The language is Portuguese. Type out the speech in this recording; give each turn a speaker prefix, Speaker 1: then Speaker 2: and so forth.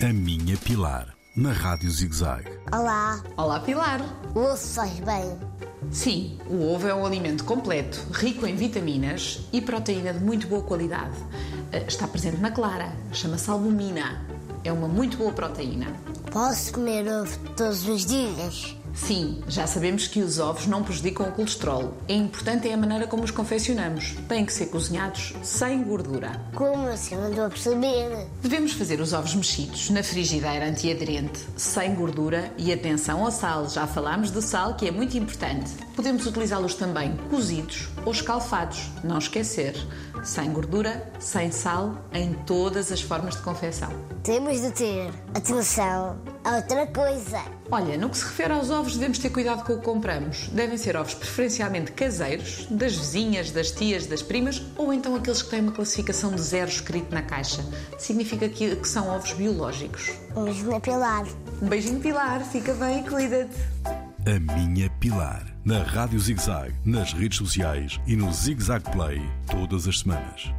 Speaker 1: A minha Pilar, na Rádio ZigZag.
Speaker 2: Olá,
Speaker 3: Olá, Pilar!
Speaker 2: o osso faz bem.
Speaker 3: Sim, o ovo é um alimento completo, rico em vitaminas e proteína de muito boa qualidade. Eh, Está presente na clara, chama-se albumina. É uma muito boa proteína.
Speaker 2: Posso comer ovo todos os dias?
Speaker 3: Sim, já sabemos que os ovos não prejudicam o colesterol. É importante é a maneira como os confeccionamos. Têm que ser cozinhados sem gordura.
Speaker 2: Como assim? Não estou a perceber.
Speaker 3: Devemos fazer os ovos mexidos na frigideira antiaderente, sem gordura e atenção ao sal. Já falámos do sal, que é muito importante. Podemos utilizá-los também cozidos ou escalfados, não esquecer. Sem gordura, sem sal, em todas as formas de confecção.
Speaker 2: Temos de ter atenção a outra coisa.
Speaker 3: Olha, no que se refere aos ovos, devemos ter cuidado com o que compramos. Devem ser ovos preferencialmente caseiros, das vizinhas, das tias, das primas, ou então aqueles que têm uma classificação de zero escrito na caixa. Significa que- que são ovos biológicos.
Speaker 2: Mas na Pilar.
Speaker 3: Um beijinho, Pilar. Fica bem, cuida-te.
Speaker 1: A minha Pilar, na Rádio ZigZag, nas redes sociais e no ZigZag Play, todas as semanas.